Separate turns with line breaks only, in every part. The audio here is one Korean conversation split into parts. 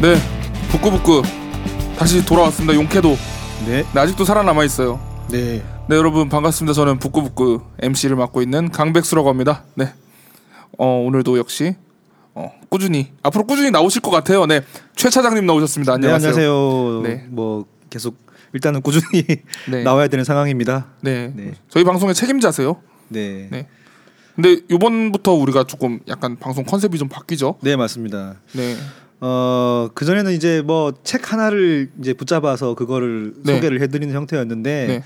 네, 북구북구 다시 돌아왔습니다. 용케도
네.
네, 아직도 살아남아 있어요.
네.
네, 여러분 반갑습니다. 저는 북구북구 MC를 맡고 있는 강백수라고 합니다. 네, 어, 오늘도 역시 어, 꾸준히 앞으로 꾸준히 나오실 것 같아요. 네, 최 차장님 나오셨습니다.
네,
안녕하세요.
안녕하세요.
네.
뭐 계속 일단은 꾸준히
네.
나와야 되는 상황입니다.
네.
네.
저희 방송의 책임자세요. 네.
네. 네.
근데 요번부터 우리가 조금 약간 방송 컨셉이 좀 바뀌죠.
맞습니다.
네,
어, 그전에는 이제 뭐 책 하나를 이제 붙잡아서 그거를
네.
소개를 해 드리는 형태였는데
네.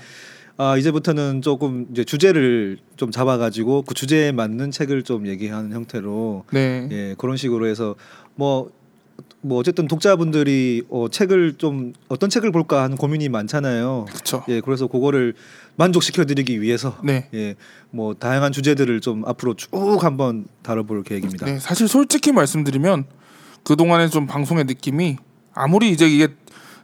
아, 이제부터는 조금 이제 주제를 좀 잡아 가지고 그 주제에 맞는 책을 좀 얘기하는 형태로
네,
예, 그런 식으로 해서 뭐, 뭐 어쨌든 독자분들이 어, 책을 좀 어떤 책을 볼까 하는 고민이 많잖아요.
그렇죠.
예, 그래서 그거를 만족시켜드리기 위해서
네.
예, 뭐 다양한 주제들을 좀 앞으로 쭉 한번 다뤄볼 계획입니다.
네, 사실 솔직히 말씀드리면 그 동안의 좀 방송의 느낌이 아무리 이제 이게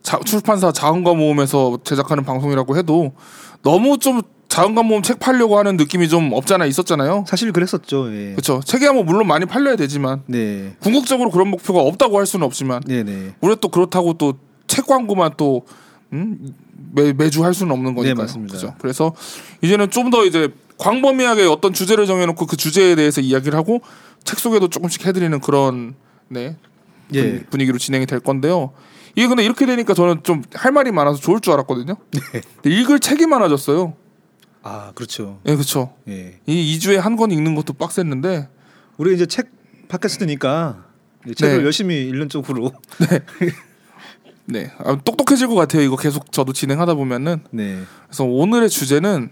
자- 출판사 자원과 모음에서 제작하는 방송이라고 해도 너무 좀 자원과 모음 책 팔려고 하는 느낌이 좀 없잖아 있었잖아요.
사실 그랬었죠. 예.
그렇죠. 책이야 뭐 물론 많이 팔려야 되지만
네,
궁극적으로 그런 목표가 없다고 할 수는 없지만
네, 네,
우리가 또 그렇다고 또 책 광고만 또 음? 매, 매주 할 수는 없는 거니까요.
네, 맞습니다.
그죠? 그래서 이제는 좀 더 이제 광범위하게 어떤 주제를 정해놓고 그 주제에 대해서 이야기를 하고 책 소개도 조금씩 해드리는 그런 네
예,
분- 분위기로 진행이 될 건데요. 이게 근데 이렇게 되니까 저는 좀 할 말이 많아서 좋을 줄 알았거든요.
네.
근데 읽을 책이 많아졌어요.
아 그렇죠.
예, 그렇죠.
예,
이 2주에 한 권 읽는 것도 빡셌는데
우리 이제 책 팟캐스트니까 이 책을
네.
열심히 읽는 쪽으로
네. 아, 똑똑해질 것 같아요. 이거 계속 저도 진행하다 보면은
네,
그래서 오늘의 주제는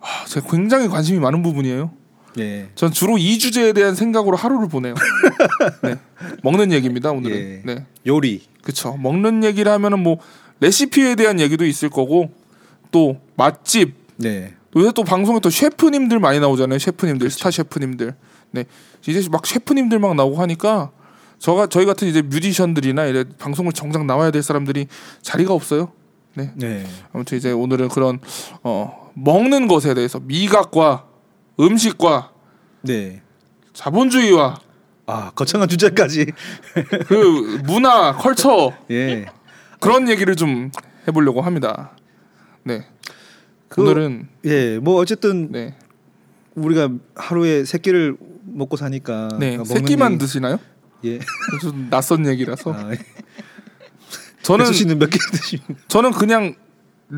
아, 제가 굉장히 관심이 많은 부분이에요.
네,
전 주로 이 주제에 대한 생각으로 하루를 보내요. 네. 먹는 얘기입니다 오늘은.
예.
네,
요리,
그렇죠. 먹는 얘기를 하면은 뭐 레시피에 대한 얘기도 있을 거고 또 맛집.
네,
요새 또 방송에 또 셰프님들 많이 나오잖아요. 셰프님들, 스타 셰프님들. 네, 이제 막 셰프님들 막 나오고 하니까 저가 저희 같은 이제 뮤지션들이나 이래 방송을 정작 나와야 될 사람들이 자리가 없어요. 네,
네,
아무튼 이제 오늘은 그런 어, 먹는 것에 대해서 미각과 음식과
네.
자본주의와
아 거창한 주제까지
그 문화, 컬처
예.
그런 얘기를 좀 해보려고 합니다. 네.
그-
오늘은
예, 뭐 어쨌든
네,
우리가 하루에 세 끼를 먹고 사니까
네,
그러니까 먹는
새끼만
일-
드시나요?
예.
좀 낯선 얘기라서
아,
저는
백수 씨는 몇개 드시면
저는 그냥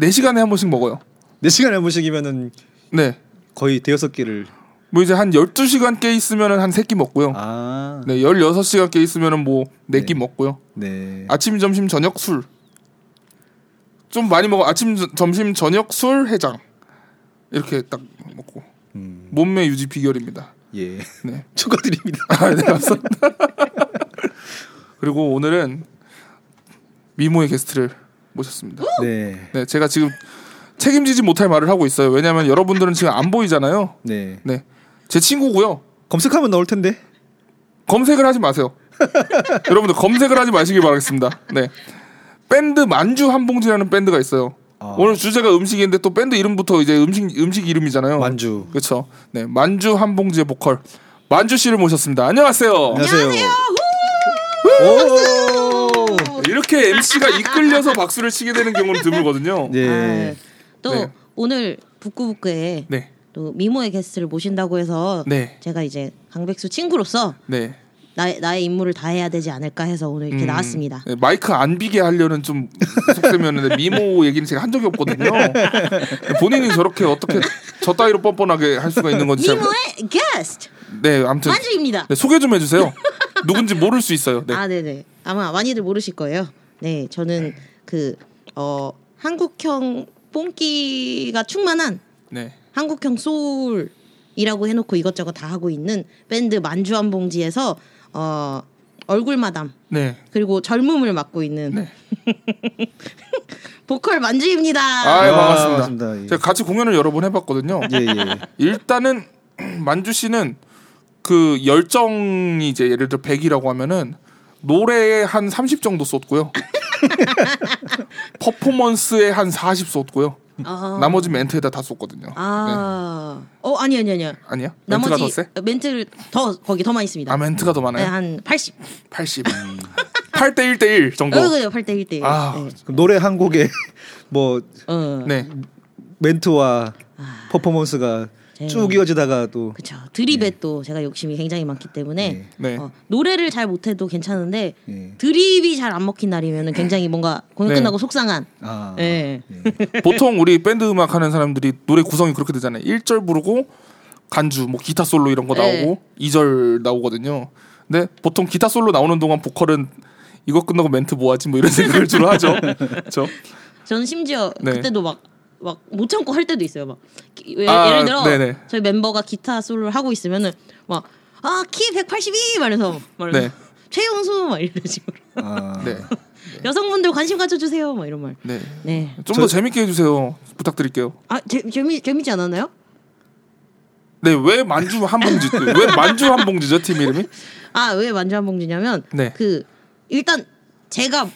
4 시간에 한 번씩 먹어요.
네 시간에 한 번씩이면은
네,
거의 대여섯 끼를
뭐 이제 한 1 2 시간 깨 있으면은 한3 끼 먹고요.
아,
네, 1 6 시간 깨 있으면은 뭐4끼
네.
먹고요.
네.
아침 점심 저녁 술. 좀 많이 먹어. 아침 저- 점심 저녁 술 해장. 이렇게 딱 먹고.
음,
몸매 유지 비결입니다.
예.
네.
축하드립니다.
아, 네, 감사합니다. 그리고 오늘은 미모의 게스트를 모셨습니다.
네.
네, 제가 지금 책임지지 못할 말을 하고 있어요. 왜냐하면 여러분들은 지금 안 보이잖아요.
네.
네, 제 친구고요.
검색하면 나올 텐데.
검색을 하지 마세요. 여러분들 검색을 하지 마시길 바라겠습니다. 네. 밴드 만주 한 봉지라는 밴드가 있어요.
아.
오늘 주제가 음식인데 또 밴드 이름부터 이제 음식 음식 이름이잖아요.
만주.
그렇죠. 네. 만주 한 봉지의 보컬 만주 씨를 모셨습니다. 안녕하세요.
안녕하세요. 오!
이렇게 MC가 이끌려서 박수를 치게 되는 경우는 드물거든요. 네.
네.
또
네.
오늘 북구북구에
네.
또 미모의 게스트를 모신다고 해서
네.
제가 이제 강백수 친구로서 나의, 나의 임무를 다해야 되지 않을까 해서 오늘 이렇게
음,
나왔습니다.
네, 마이크 안 비게 하려는 좀 속셈이었는데 미모 얘기는 제가 한 적이 없거든요. 본인이 저렇게 어떻게 저 따위로 뻔뻔하게 할 수가 있는 건지. 잘-
미모의 게스트
네, 아무튼
만주입니다.
네, 소개 좀 해주세요. 누군지 모를 수 있어요. 네.
아 네네 아마 많이들 모르실 거예요. 네 저는 그 어 한국형 뽕끼가 충만한
네.
한국형 소울이라고 해놓고 이것저것 다 하고 있는 밴드 만주 한 봉지에서 어 얼굴 마담
네.
그리고 젊음을 맡고 있는
네.
보컬 만주입니다.
아,
아,
반갑습니다.
반갑습니다. 예.
제가 같이 공연을 여러 번 해봤거든요.
네.
예, 예.
일단은 만주 씨는 그 열정이 이제 예를 들어 100이라고 하면은 노래에 한 30 정도 쏟고요. 퍼포먼스에 한 40 쏟고요.
아.
나머지 멘트에다 다 쏟거든요.
아.
네.
어 아니 아니 아니요.
아니야? 멘트가 더
나머지
세?
멘트를 더 거기 더 많이 씁니다.
아 멘트가 더
네, 음.
많아요? 어,
한 80.
80 8대 1대 1 정도
어, 그래요. 8대 1대.
뭐. 아.
네.
그럼 노래 한 곡에 뭐
어.
네
멘트와
아,
퍼포먼스가
네.
쭉 이어지다가 또
그렇죠. 드립에 또 제가 욕심이 굉장히 많기 때문에
예. 네.
어, 노래를 잘 못해도 괜찮은데
예.
드립이 잘 안 먹힌 날이면 굉장히 뭔가 공연
네.
끝나고 속상한.
아,
예.
보통 우리 밴드 음악 하는 사람들이 노래 구성이 그렇게 되잖아요. 1절 부르고 간주, 뭐 기타 솔로 이런 거
네.
나오고 2절 나오거든요. 근데 보통 기타 솔로 나오는 동안 보컬은 이거 끝나고 멘트 뭐 하지 뭐 이런 생각을 주로 하죠. 그렇죠?
저는 심지어
네.
그때도 막 막 못 참고 할 때도 있어요. 막 기- 예,
아,
예를 들어
네네.
저희 멤버가 기타 솔로를 하고 있으면은 막 아 키 182 말해서 말해서
네.
최용수 막 이런 식으로
아.
네.
여성분들 관심 가져주세요 막 이런 말.
네.
네.
좀 더
저-
재밌게 해 주세요. 부탁드릴게요.
아 재, 재미 재미지 않았나요?
네, 왜 만주 한 봉지? 왜 만주 한 봉지죠, 팀 이름이?
아 왜 만주한봉지냐면
네.
그 일단 제가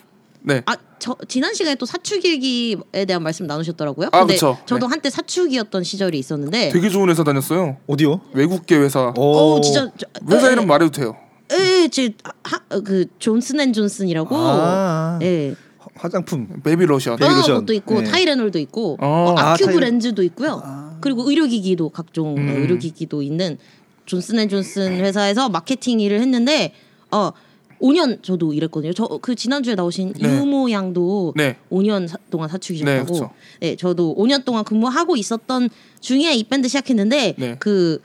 네.
아 저 지난 시간에 또 사춘기에 대한 말씀 나누셨더라고요.
아,
근데
그쵸.
저도
네.
한때 사춘기였던 시절이 있었는데
되게 좋은 회사 다녔어요.
어디요?
외국계 회사.
어 진짜 저-
회사
에,
이름 말해도 돼요.
에, 어, 제그 존슨 앤 존슨이라고
아.
예.
화- 화장품.
베이비 로션.
베-
아,
베이글션.
그것도 있고
네.
타이레놀도 있고
어,
어,
아,
아큐브
타이레놀.
렌즈도 있고요. 그리고 의료기기도 각종
음.
의료기기도 있는 존슨앤존슨 회사에서 마케팅 일을 했는데 어 5년 저도 일했거든요. 저 그 지난주에 나오신
네.
유모 양도
네.
5년 사- 동안
네,
사춘기셨다고.
그쵸.
네, 저도 5년 동안 근무하고 있었던 중에 이 밴드 시작했는데
네.
그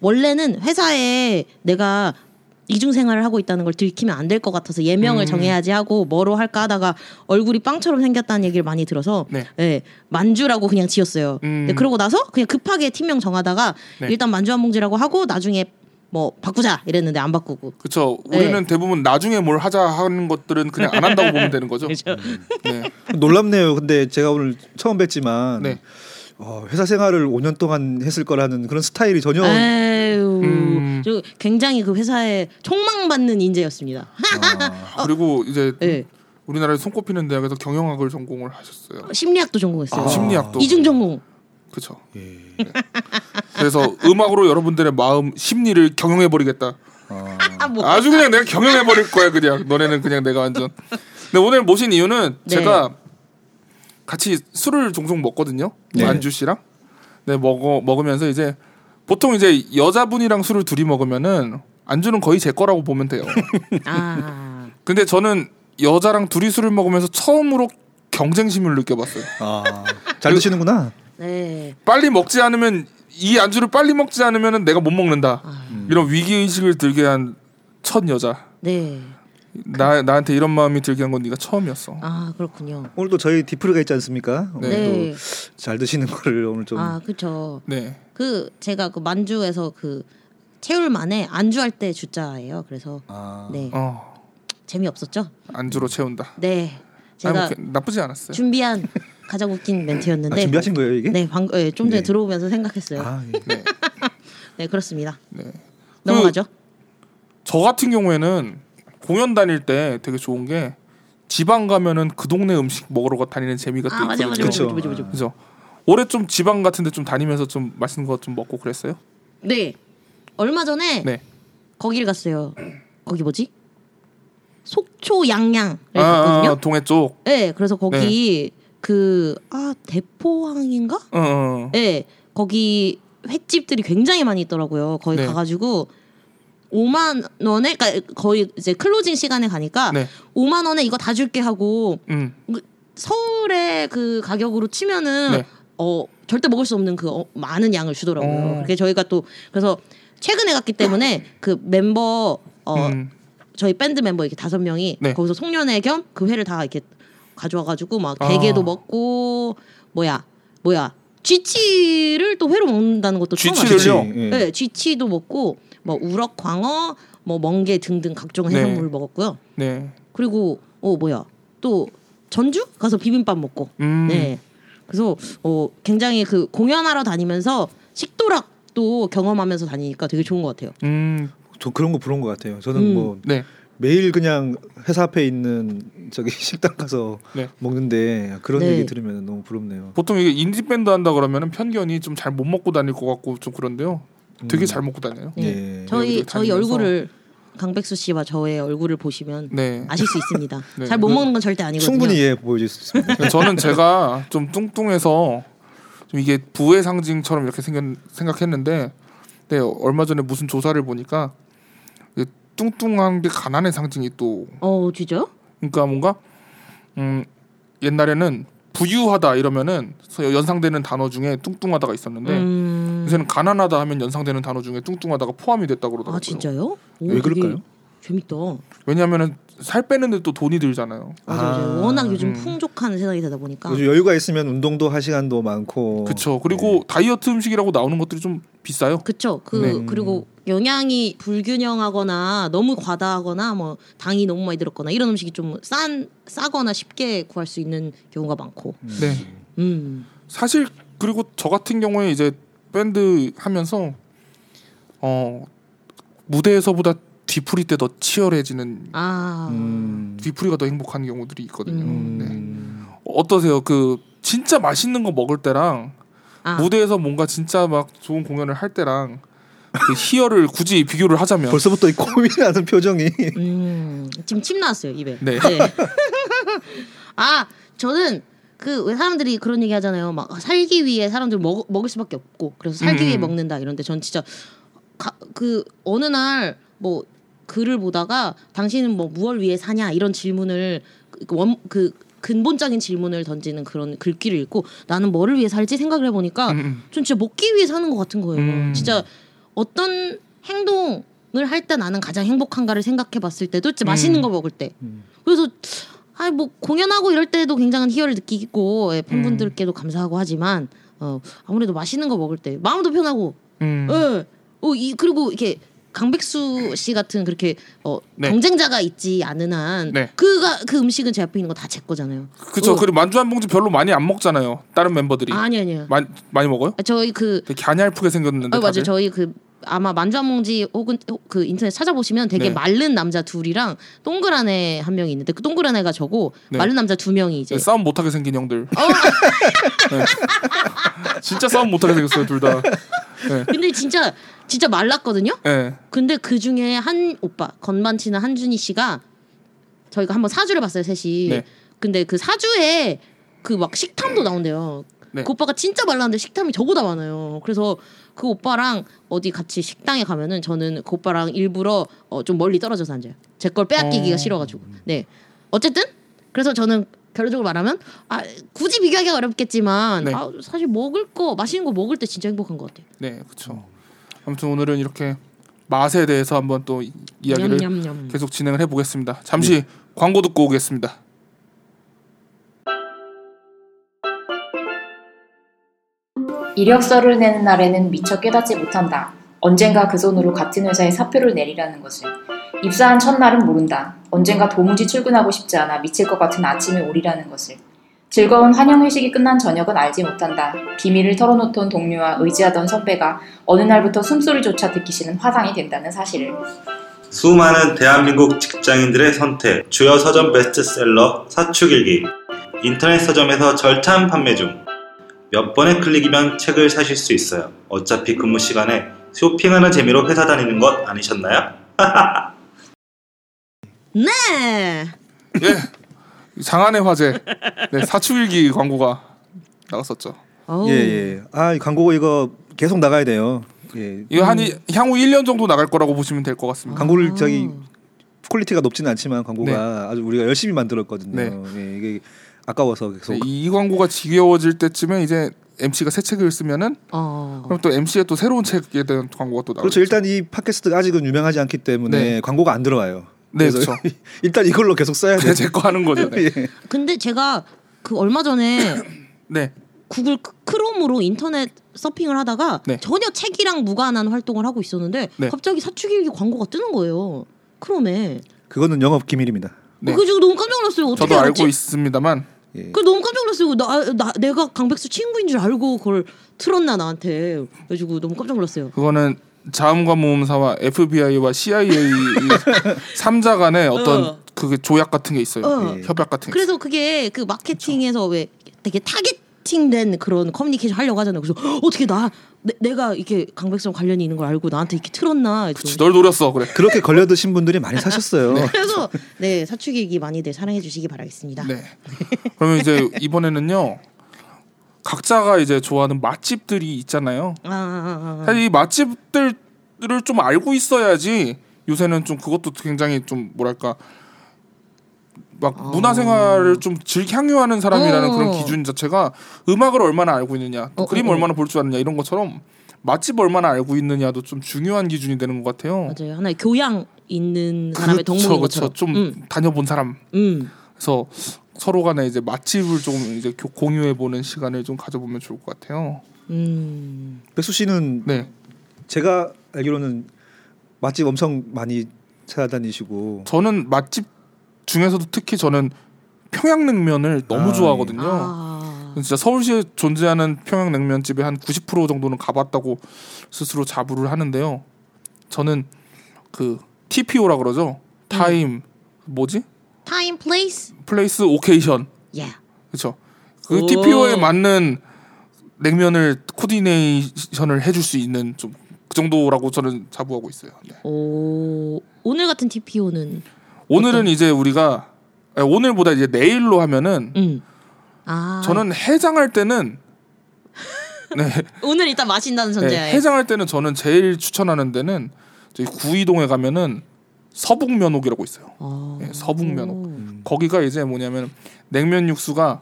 원래는 회사에 내가 이중 생활을 하고 있다는 걸 들키면 안 될 것 같아서
음.
예명을 정해야지 하고 뭐로 할까 하다가 얼굴이 빵처럼 생겼다는 얘기를 많이 들어서
네.
예, 만주라고 그냥 지었어요.
음.
근데 그러고 나서 그냥 급하게 팀명 정하다가
네.
일단 만주 한 봉지라고 하고 나중에 뭐 바꾸자 이랬는데 안 바꾸고
그렇죠. 우리는 대부분 나중에 뭘 하자 하는 것들은 그냥 안 한다고 보면 되는 거죠. 네.
놀랍네요. 근데 제가 오늘 처음 뵀지만
네.
어, 회사 생활을 5년 동안 했을 거라는 그런 스타일이 전혀
아. 에휴,
음.
저 굉장히 그 회사에 촉망받는 인재였습니다.
아,
그리고 이제
예,
우리나라에 손꼽히는 대학에서 경영학을 전공을 하셨어요.
심리학도 전공했어요.
아.
심리학도.
이중 전공.
그렇죠.
예.
그래서 음악으로 여러분들의 마음, 심리를 경영해 버리겠다.
아,
아, 뭐.
아주 그냥 내가 경영해 버릴 거야 그냥. 너네는 그냥 내가 완전. 근데 오늘 모신 이유는
네.
제가 같이 술을 종종 먹거든요.
네.
안주 씨랑. 네 먹어 먹으면서 이제 보통 이제 여자분이랑 술을 둘이 먹으면은 안주는 거의 제 거라고 보면 돼요.
아.
근데 저는 여자랑 둘이 술을 먹으면서 처음으로 경쟁심을 느껴봤어요.
아, 잘 드시는구나.
네.
빨리 먹지 않으면 이 안주를 빨리 먹지 않으면 내가 못 먹는다.
아.
음. 이런 위기 의식을 들게 한 첫 여자.
네.
나 나한테 이런 마음이 들게 한 건 네가 처음이었어.
아, 그렇군요.
오늘도 저희 디프르가 있지 않습니까?
네.
오늘도
네.
잘 드시는 거를 오늘 좀
아, 그쵸.
네.
그, 제가 그 만주에서 그, 채울만에 안주할 때 주자예요. 그래서,
아.
네.
어
재미없었죠?
안주로 채운다.
네.
아니, 뭐
제가
이렇게 나쁘지 않았어요.
준비한 가장 웃긴 멘트였는데.
아, 준비하신 거예요 이게?
네, 방금, 예, 좀 전에
네.
들어오면서 생각했어요.
아, 예.
네.
네, 그렇습니다.
네.
넘어가죠.
저 같은 경우에는 공연 다닐 때 되게 좋은 게 지방 가면은 그 동네 음식 먹으러 다니는 재미가 또
아, 맞아, 맞아, 맞아,
그쵸.
맞아, 맞아, 맞아.
그죠. 올해 좀 지방 같은데 좀 다니면서 좀 맛있는 거 좀 먹고 그랬어요.
네. 얼마 전에
네.
거기를 갔어요. 거기 뭐지? 속초 양양을
아,
네, 갔거든요.
아, 동해 쪽.
네, 그래서 거기 그 아 대포항인가?
어, 어.
네, 거기 횟집들이 굉장히 많이 있더라고요. 거기
네. 가가지고
가가지고 5만 원에 그러니까 거의 이제 클로징 시간에 가니까
네.
5만 원에 이거 다 줄게 하고
음.
서울의 그 가격으로 치면은
네.
어 절대 먹을 수 없는 그 어, 많은 양을
어.
주더라고요. 그게 저희가 또 그래서 최근에 갔기 때문에 그 멤버 어
음.
저희 밴드 멤버 이렇게 다섯 명이
네.
거기서 송년회 겸 그 회를 다 이렇게 가져와가지고 막
아.
대게도 먹고 뭐야 뭐야 쥐치를 또 회로 먹는다는 것도 처음
쥐치를요?
알았어요.
요?
예.
네, 쥐치도 먹고 뭐 우럭, 광어, 뭐 멍게 등등 각종 해산물을
네.
먹었고요.
네.
그리고 어 뭐야 또 전주 가서 비빔밥 먹고
음.
네 그래서 어 굉장히 그 공연하러 다니면서 식도락도 경험하면서 다니니까 되게 좋은 것 같아요.
음.
저 그런 거 부러운 것 같아요. 저는
음.
뭐
네.
매일 그냥 회사 앞에 있는 저기 식당 가서
네.
먹는데 그런
네.
얘기 들으면 너무 부럽네요.
보통 이게 인디 밴드 한다 그러면 편견이 좀 잘 못 먹고 다닐 것 같고 좀 그런데요. 되게 잘 먹고 다녀요.
네.
예.
저희
여기를
저희
다니면서-
얼굴을 강백수 씨와 저의 얼굴을 보시면
네.
아실 수 있습니다.
네.
잘 못 먹는 건 절대 아니거든요.
충분히 예 보여줄 수 있습니다.
저는 제가 좀 뚱뚱해서 좀 이게 부의 상징처럼 이렇게 생겼, 생각했는데 네, 얼마 전에 무슨 조사를 보니까 이게 뚱뚱한 게 가난의 상징이 또
어, 진짜요?
그러니까 뭔가 음 옛날에는 부유하다 이러면은 연상되는 단어 중에 뚱뚱하다가 있었는데
음.
요새는 가난하다 하면 연상되는 단어 중에 뚱뚱하다가 포함이 됐다 그러더라고요.
아, 진짜요? 오,
왜
되게
그럴까요?
재밌다.
왜냐하면은 살 빼는데 또 돈이 들잖아요.
맞아, 맞아.
아,
워낙 요즘
음.
풍족한 세상이 되다 보니까.
요즘 여유가 있으면 운동도 할 시간도 많고.
그쵸. 그리고 다이어트 음식이라고 나오는 것들이 좀 비싸요.
그쵸. 그
네.
그리고 영양이 불균형하거나 너무 과다하거나 뭐 당이 너무 많이 들었거나 이런 음식이 좀 싼 싸거나 쉽게 구할 수 있는 경우가 많고.
네.
음.
사실 그리고 저 같은 경우에 이제 밴드 하면서 어 무대에서보다 뒤풀이 때 더 치열해지는
아.
음.
뒤풀이가 더 행복한 경우들이 있거든요.
음.
네.
음.
어떠세요? 그 진짜 맛있는 거 먹을 때랑
아.
무대에서 뭔가 진짜 막 좋은 공연을 할 때랑 그 희열을 굳이 비교를 하자면
벌써부터 이 고민하는 표정이.
음. 지금 침 나왔어요, 입에.
네.
아, 저는 그 왜 사람들이 그런 얘기 하잖아요. 막 살기 위해 사람들 먹, 먹을 수밖에 없고 그래서 살기
음.
위해 먹는다 이런데 전 진짜 가, 그 어느 날 뭐 글을 보다가 당신은 뭐 무엇 위해 사냐 이런 질문을 원 그 근본적인 질문을 던지는 그런 글귀를 읽고 나는 뭐를 위해 살지 생각을 해보니까
음, 음.
전 진짜 먹기 위해 사는 것 같은 거예요.
음.
진짜 어떤 행동을 할 때 나는 가장 행복한가를 생각해봤을 때도 진짜 맛있는
음.
거 먹을 때.
음.
그래서 아 뭐 공연하고 이럴 때도 굉장한 희열을 느끼고 예,
음.
팬분들께도 감사하고 하지만 어 아무래도 맛있는 거 먹을 때 마음도 편하고
음.
예. 어, 이 그리고 이렇게 강백수 씨 같은 그렇게 어
네.
경쟁자가 있지 않은 한
네.
그가 그 음식은 제 앞에 있는 거 다 제 거잖아요.
그쵸.
어.
그리고 만주 한 봉지 별로 많이 안 먹잖아요. 다른 멤버들이
아니 아니요.
많이 많이 먹어요?
저희 그
되게 갸냘프게 생겼는데
어, 맞아요.
다들.
저희 그 아마 만주한몽지 혹은 그 인터넷 찾아보시면 되게
네.
마른 남자 둘이랑 동그란 애 한 명이 있는데 그 동그란 애가 저고
네.
마른 남자 두 명이 이제 어.
네, 싸움 못하게 생긴 형들. 네. 진짜 싸움 못하게 생겼어요 둘 다.
근데 진짜 진짜 말랐거든요.
네.
근데 그 중에 한 오빠 건반치는 한준희 씨가 저희가 한번 사주를 봤어요 셋이.
네.
근데 그 사주에 그 막 식탐도 나온대요.
네.
그 오빠가 진짜 말랐는데 식탐이 저보다 많아요. 그래서 그 오빠랑 어디 같이 식당에 가면은 저는 그 오빠랑 일부러 어, 좀 멀리 떨어져서 앉아요. 제 걸 빼앗기기가
어.
싫어가지고. 네. 어쨌든 그래서 저는 결론적으로 말하면 아 굳이 비교하기가 어렵겠지만
네.
아, 사실 먹을 거 맛있는 거 먹을 때 진짜 행복한 것 같아요.
네, 그렇죠. 아무튼 오늘은 이렇게 맛에 대해서 한번 또 이- 이야기를
냠냠냠.
계속 진행을 해보겠습니다. 잠시
네.
광고 듣고 오겠습니다.
이력서를 내는 날에는 미처 깨닫지 못한다. 언젠가 그 손으로 같은 회사에 사표를 내리라는 것을. 입사한 첫날은 모른다. 언젠가 도무지 출근하고 싶지 않아 미칠 것 같은 아침에 오리라는 것을. 즐거운 환영회식이 끝난 저녁은 알지 못한다. 비밀을 털어놓던 동료와 의지하던 선배가 어느 날부터 숨소리조차 듣기 싫은 화상이 된다는 사실을.
수많은 대한민국 직장인들의 선택 주요 서점 베스트셀러 사축일기 인터넷 서점에서 절찬 판매 중 몇 번의 클릭이면 책을 사실 수 있어요 어차피 근무 시간에 쇼핑하는 재미로 회사 다니는 것 아니셨나요?
네.
장안의 화제 네, 사축일기 광고가 나갔었죠.
어우.
예 예. 아이 광고 이거 계속 나가야 돼요. 예.
이거 한 이- 향후 1년 정도 나갈 거라고 보시면 될 것 같습니다.
광고를
아.
저기 퀄리티가 높지는 않지만 광고가
네.
아주 우리가 열심히 만들었거든요.
네.
예, 이게 아까워서 계속
네, 이, 이 광고가 지겨워질 때쯤에 이제 MC가 새 책을 쓰면은
어.
그럼 또 MC의 또 새로운 책에 대한 광고가 또 나오죠.
그렇죠. 일단 이 팟캐스트가 아직은 유명하지 않기 때문에
네.
광고가 안 들어와요.
네,
그래서
그렇죠.
일단 이걸로 계속 써야 예. 돼.
제거 하는 거죠. 네.
근데 제가 그 얼마 전에
네.
구글 크- 크롬으로 인터넷 서핑을 하다가
네.
전혀 책이랑 무관한 활동을 하고 있었는데
네.
갑자기 사축일기 광고가 뜨는 거예요. 크롬에.
그거는 영업 기밀입니다.
네.
어, 그 지금 너무 깜짝 놀랐어요. 어떻게
저도 알고
알았지?
있습니다만
예.
그 너무 깜짝 놀랐어요. 나, 나 내가 강백수 친구인 줄 알고 그걸 틀었나 나한테. 그래가지고 너무 깜짝 놀랐어요.
그거는 자음과 모음사와 FBI와 CIA 삼자 간의 어떤
어.
그게 조약 같은 게 있어요.
어.
예.
협약 같은 게.
그래서 그게 그 마케팅에서 왜 되게 타겟팅된 그런 커뮤니케이션 하려고 하잖아요. 그래서 "헉, 어떻게 나 내, 가 이렇게 강백성 관련이 있는 걸 알고 나한테 이렇게 틀었나. 해서.
있어요. 널 노렸어. 그래.
그렇게 걸려드신 분들이 많이 사셨어요.
그래서 네 사축일기 많이들 사랑해 주시기 바라겠습니다.
네. 그러면 이제 이번에는요. 각자가 이제 좋아하는 맛집들이 있잖아요.
아, 아, 아, 아.
사실 이 맛집들을 좀 알고 있어야지 요새는 좀 그것도 굉장히 좀 뭐랄까 막 문화생활을 좀 즐향유하는 사람이라는
아. 어.
그런 기준 자체가 음악을 얼마나 알고 있느냐 또
어,
그림
어, 어.
얼마나 볼 줄 아느냐 이런 것처럼 맛집 얼마나 알고 있느냐도 좀 중요한 기준이 되는 것 같아요.
맞아요. 하나의 교양 있는 사람의 덕목인
어. 그렇죠.
것처럼.
좀
음,
다녀본 사람
음.
그래서 서로 간에 이제 맛집을 좀 이제 공유해 보는 시간을 좀 가져보면 좋을 것 같아요.
음.
백수 씨는
네,
제가 알기로는 맛집 엄청 많이 찾아다니시고
저는 맛집 중에서도 특히 저는 평양냉면을 너무
아,
좋아하거든요.
아.
진짜 서울시에 존재하는 평양냉면집의 한 90% 정도는 가봤다고 스스로 자부를 하는데요. 저는 그 TPO라 그러죠. 타임 뭐지?
타임 플레이스.
플레이스 오케이션
예.
그렇죠. 그
오.
TPO에 맞는 냉면을 코디네이션을 해줄 수 있는 좀 그 정도라고 저는 자부하고 있어요. 네.
오. 오늘 같은 TPO는
오늘은 이제 우리가 아니, 오늘보다 이제 내일로 하면은
음. 아.
저는 해장할 때는 네,
오늘 일단 마신다는
네,
전제하에.
해장할 때는 저는 제일 추천하는 데는 저희 구이동에 가면은 서북면옥이라고 있어요.
아.
예, 서북면옥.
오.
거기가 이제 뭐냐면 냉면 육수가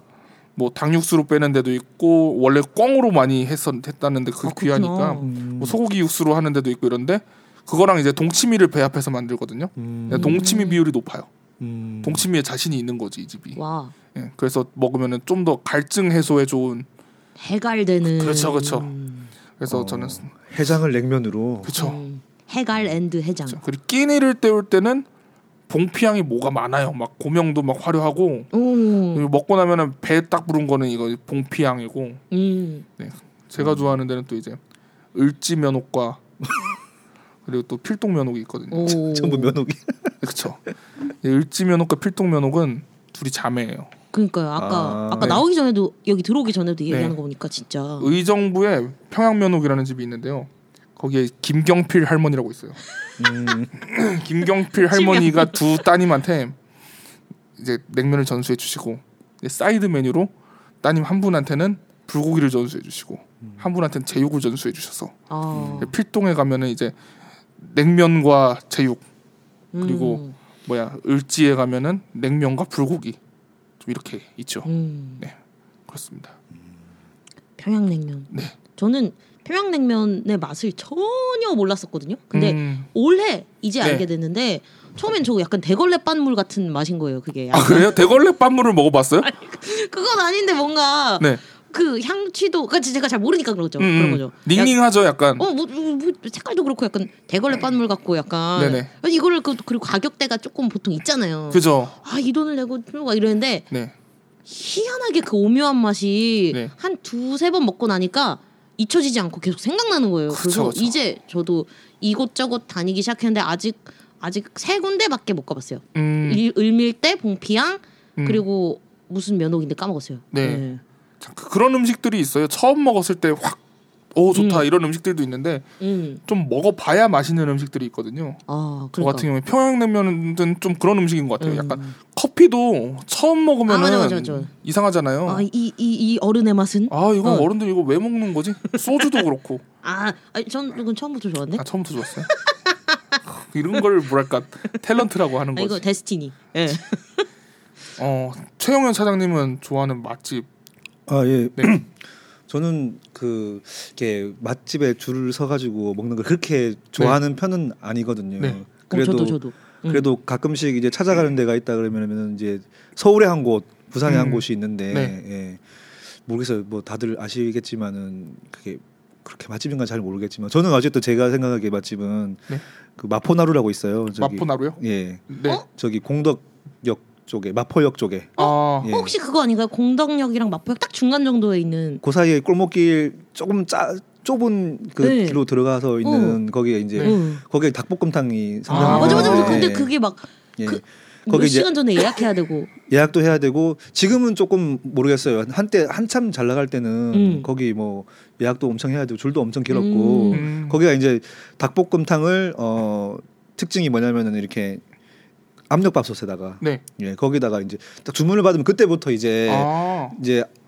뭐 닭육수로 빼는 데도 있고 원래 꿩으로 많이 했었 했다는데 그게
아, 그렇구나.
귀하니까
음.
뭐 소고기 육수로 하는 데도 있고 이런데 그거랑 이제 동치미를 배합해서 만들거든요.
음,
근데 동치미 비율이 높아요.
음.
동치미에 자신이 있는 거지 이 집이.
와.
예, 그래서 먹으면은 좀 더 갈증 해소에 좋은.
해갈되는.
그렇죠, 그렇죠. 그래서
어,
저는
해장을 냉면으로
그쵸.
음. 해갈 앤드 해장.
그렇죠. 그리고 끼니를 때울 때는 봉피향이 뭐가 많아요. 막 고명도 막 화려하고
오.
그리고 먹고 나면은 배 딱 부른 거는 이거 봉피향이고
음.
제가 좋아하는 데는 또 이제 을지 면옥과 그리고 또 필동 면옥이 있거든요.
오.
전부 면옥이
그렇죠. 을지 면옥과 필동 면옥은 둘이 자매예요.
그러니까요. 아까
아,
아, 까
네.
나오기 전에도 여기 들어오기 전에도 얘기하는
네.
거 보니까 진짜.
의정부에 평양 면옥이라는 집이 있는데요. 거기에 김경필 할머니라고 있어요.
음.
김경필 할머니가 두 따님한테 이제 냉면을 전수해 주시고 이제 사이드 메뉴로 따님 한 분한테는 불고기를 전수해 주시고 한 분한테는 제육을 전수해 주셔서
아.
필동에 가면은 이제 냉면과 제육
음.
그리고 뭐야 을지에 가면은 냉면과 불고기 좀 이렇게 있죠
음.
그렇습니다
평양냉면.
네.
저는 평양냉면의 맛을 전혀 몰랐었거든요. 근데
음.
올해 이제
네.
알게 됐는데 처음엔 저거 약간 대걸레 빤물 같은 맛인 거예요. 그게
아 그래요 대걸레 빤물을 먹어봤어요
그건 아닌데 뭔가
네
그 향취도 그러니까 제가 잘 모르니까 그런 거죠.
음,
그런
음.
거죠. 약-
닝닝하죠 약간
어, 뭐, 뭐, 뭐 색깔도 그렇고 약간 대걸레 빤물 같고 약간
네네.
아니, 이거를 그, 그리고 가격대가 조금 보통 있잖아요.
그죠
아 이 돈을 내고 막 이러는데
네
희한하게 그 오묘한 맛이
네.
한 두세 번 먹고 나니까 잊혀지지 않고 계속 생각나는 거예요.
그쵸,
그래서
그쵸.
이제 저도 이곳저곳 다니기 시작했는데 아직 아직 세 군데밖에 못 가봤어요.
음,
일- 을밀대, 봉피양
음.
그리고 무슨 면옥인데 까먹었어요.
네. 참 그- 그런 음식들이 있어요. 처음 먹었을 때 확 오 좋다 이런 음식들도 있는데
음.
좀 먹어봐야 맛있는 음식들이 있거든요.
아,
저
그러니까.
같은 경우에 평양냉면은 좀 그런 음식인 것 같아요.
음.
약간 커피도 처음 먹으면은
아, 맞아, 맞아, 맞아.
이상하잖아요. 아,
아, 이 이 이 어른의 맛은
이거
어.
어른들 이거 왜 먹는 거지? 소주도 그렇고
아, 아니, 전 이건 처음부터 좋았네.
아 처음부터 좋았어요. 이런 걸 뭐랄까 탤런트라고 하는
아, 이거
거지.
데스티니. 예.
어 최영현 사장님은 좋아하는 맛집.
아 예.
네.
저는 그 이렇게 맛집에 줄을 서가지고 먹는 걸 그렇게 좋아하는 편은 아니거든요.
네.
어, 저도 저도. 음.
그래도 가끔씩 이제 찾아가는 데가 있다 그러면은 이제 서울에 한 곳, 부산에
음.
한 곳이 있는데
네.
예. 모르겠어요. 뭐 다들 아시겠지만은 그게 그렇게 맛집인가 잘 모르겠지만 저는 어쨌든 제가 생각하기에 맛집은
네.
그 마포나루라고 있어요. 저기
마포나루요?
예.
네.
어?
저기 공덕역 쪽에 마포역 쪽에
어?
아
예.
혹시 그거 아닌가요? 공덕역이랑 마포역 딱 중간 정도에 있는
그 사이에 골목길 조금 짜 좁은 그
네.
길로 들어가서 있는 거기에 이제
응.
거기에 닭볶음탕이
음. 아,
네. 아,
상당히
맞아 맞아 맞아.
많은데,
근데
예.
그게 막몇
예.
그-
거기 이제-
시간 전에 예약해야 되고.
예약도 해야 되고 지금은 조금 모르겠어요. 한때 한참 잘 나갈 때는
음.
거기 뭐 예약도 엄청 해야 되고 줄도 엄청 길었고
음.
거기가 이제 닭볶음탕을 어 특징이 뭐냐면은 이렇게 압력밥솥에다가
네.
예 거기다가 이제 딱 주문을 받으면 그때부터 이제
아.
이제 네.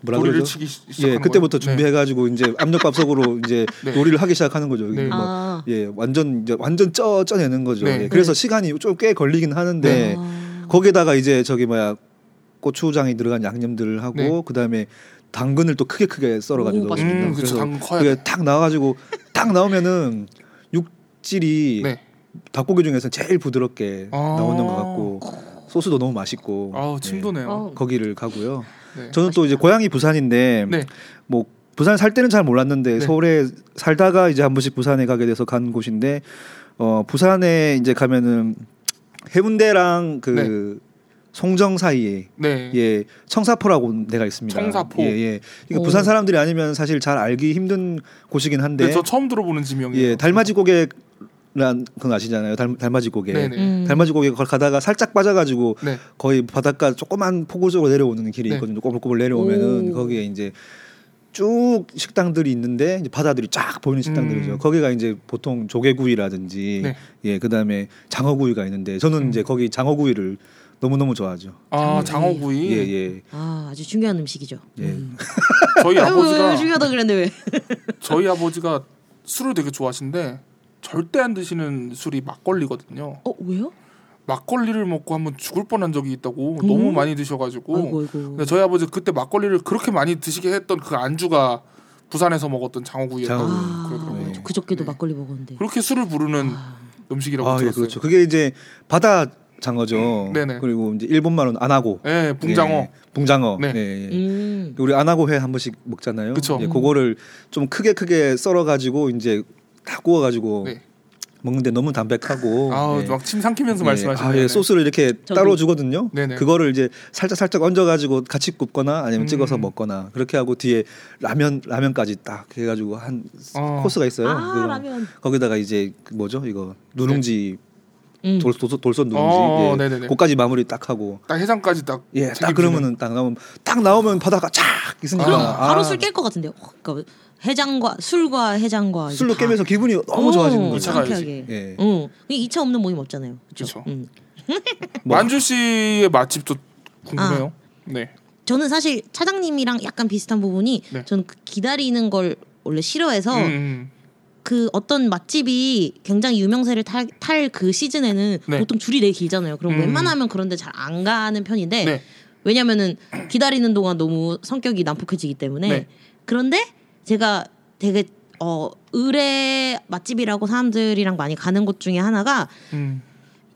뭐라
도리를
그러죠?
치기 시- 시작하는
예 그때부터
거예요?
준비해가지고 이제 압력밥솥으로 이제
네.
요리를 하기 시작하는 거죠.
네.
뭐
아.
예 완전 이제 완전 쪄 쪄내는 거죠.
네.
예, 그래서 시간이 좀 꽤 걸리긴 하는데.
아.
거기에다가 이제 저기 뭐야 고추장이 들어간 양념들을 하고
네.
그다음에 당근을 또 크게 크게 썰어가지고
오,
넣거든요.
음, 그렇죠.
그래서
당근 커야 돼.
그게 탁 나와가지고 딱 나오면은 육질이
네.
닭고기 중에서 제일 부드럽게
아.
나오는 것 같고 소스도 너무 맛있고
아, 침 도네요.
어.
예, 거기를 가고요.
네.
저는 또 이제 고향이 부산인데
네.
뭐 부산 살 때는 잘 몰랐는데
네.
서울에 살다가 이제 한 번씩 부산에 가게 돼서 간 곳인데 어 부산에 이제 가면은 해운대랑 그 송정 사이에
네.
예 청사포라고 데가 있습니다.
청사포.
예, 예. 그러니까
오.
부산 사람들이 아니면 사실 잘 알기 힘든 곳이긴 한데
네, 저 처음 들어보는 지명이에요.
예 달맞이 고개란 그거 아시잖아요. 달, 달맞이 고개.
네, 네.
음.
달맞이 고개 걸 가다가 살짝 빠져가지고
네.
거의 바닷가 조그만 포구적으로 내려오는 길이
네.
있거든요. 꼬불꼬불 내려오면은
오.
거기에 이제 쭉 식당들이 있는데 이제 바다들이 쫙 보이는 식당들이죠.
음.
거기가 이제 보통 조개구이라든지
네.
예 그다음에 장어구이가 있는데 저는
음.
이제 거기 장어구이를 너무 너무 좋아하죠.
아,
장어구이.
장어구이.
음. 예예 예.
아, 아주 중요한 음식이죠.
예.
저희
아유, 왜, 왜
아버지가
중요하다 그랬는데 왜?
저희 아버지가 술을 되게 좋아하신데 절대 안 드시는 술이 막걸리거든요.
어, 왜요?
막걸리를 먹고 한번 죽을 뻔한 적이 있다고 너무
음.
많이 드셔가지고.
아이고 아이고.
근데 저희 아버지 그때 막걸리를 그렇게 많이 드시게 했던 그 안주가 부산에서 먹었던 장어구이였다고
장어구이.
아,
그러더라고요.
네.
그저께도
네.
막걸리 먹었는데.
그렇게 술을 부르는
아.
음식이라고
아 예
들었어요.
그렇죠. 그게 이제 바다 장어죠.
네네.
그리고 이제 일본말은 안하고
예, 붕장어.
예, 붕장어.
네.
예, 예.
음.
우리 안하고회 한 번씩 먹잖아요.
그쵸.
예, 그거를 좀 크게 크게 썰어가지고 이제 다 구워가지고
네.
먹는데 너무 담백하고.
아우
예.
막침 삼키면서
예.
말씀하시네요.
아, 예, 소스를 이렇게
저도.
따로 주거든요.
네네.
그거를 이제 살짝 살짝 얹어가지고 같이 굽거나 아니면
음.
찍어서 먹거나 그렇게 하고 뒤에 라면 라면까지 딱 해가지고 한
어.
코스가 있어요.
아,
그거.
라면.
거기다가 이제 그 뭐죠 이거 누룽지
음.
돌, 돌, 돌솥 누룽지
어,
예.
네네네.
그까지 마무리 딱 하고
딱 해장까지 딱.
예, 딱
책임지는.
그러면은 딱 나오면 딱 나오면 바다가 쫙 있으니까
그럼
아,
바로 술 깰 것 같은데요. 어, 그러니까 해장과 술과 해장과 아, 이거
술로
다. 음.
깨면서 기분이 너무
어,
좋아지는 거죠.
이차가
상쾌하게.
예. 어.
응. 이차 없는 모임 없잖아요.
그쵸.
음.
뭐-
만주 씨의 맛집도 궁금해요.
아.
네.
저는 사실 차장님이랑 약간 비슷한 부분이
네.
저는 그 기다리는 걸 원래 싫어해서
음, 음.
그 어떤 맛집이 굉장히 유명세를 탈 그 시즌에는
네.
보통 줄이 되게 길잖아요. 그럼
음.
웬만하면 그런데 잘 안 가는 편인데
네.
왜냐면은 기다리는 동안 너무 성격이 난폭해지기 때문에
네.
그런데 제가 되게 어 의뢰 맛집이라고 사람들이랑 많이 가는 곳 중에 하나가
음.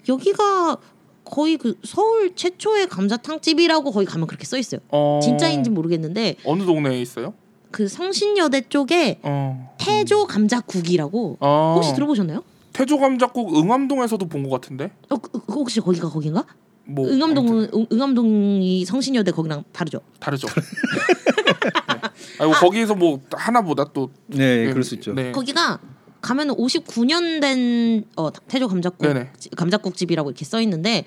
여기가 거의 그 서울 최초의 감자탕집이라고 거기 가면 그렇게 써 있어요.
어...
진짜인지 모르겠는데
어느 동네에 있어요?
그 성신여대 쪽에
어.
태조 감자국이라고
어.
혹시 들어보셨나요?
태조 감자국 응암동에서도 본 것 같은데.
어, 그- 그 혹시 거기가 거긴가?
뭐 아무튼
응암동 은 응암동이 성신여대 거기랑 다르죠.
다르죠. 네. 아이고 거기에서 뭐 하나보다 또
네,
음.
네,
그럴 수 있죠.
네.
거기가 가면 59년 된 어, 태조 감자국
네네.
감자국집이라고 이렇게 써 있는데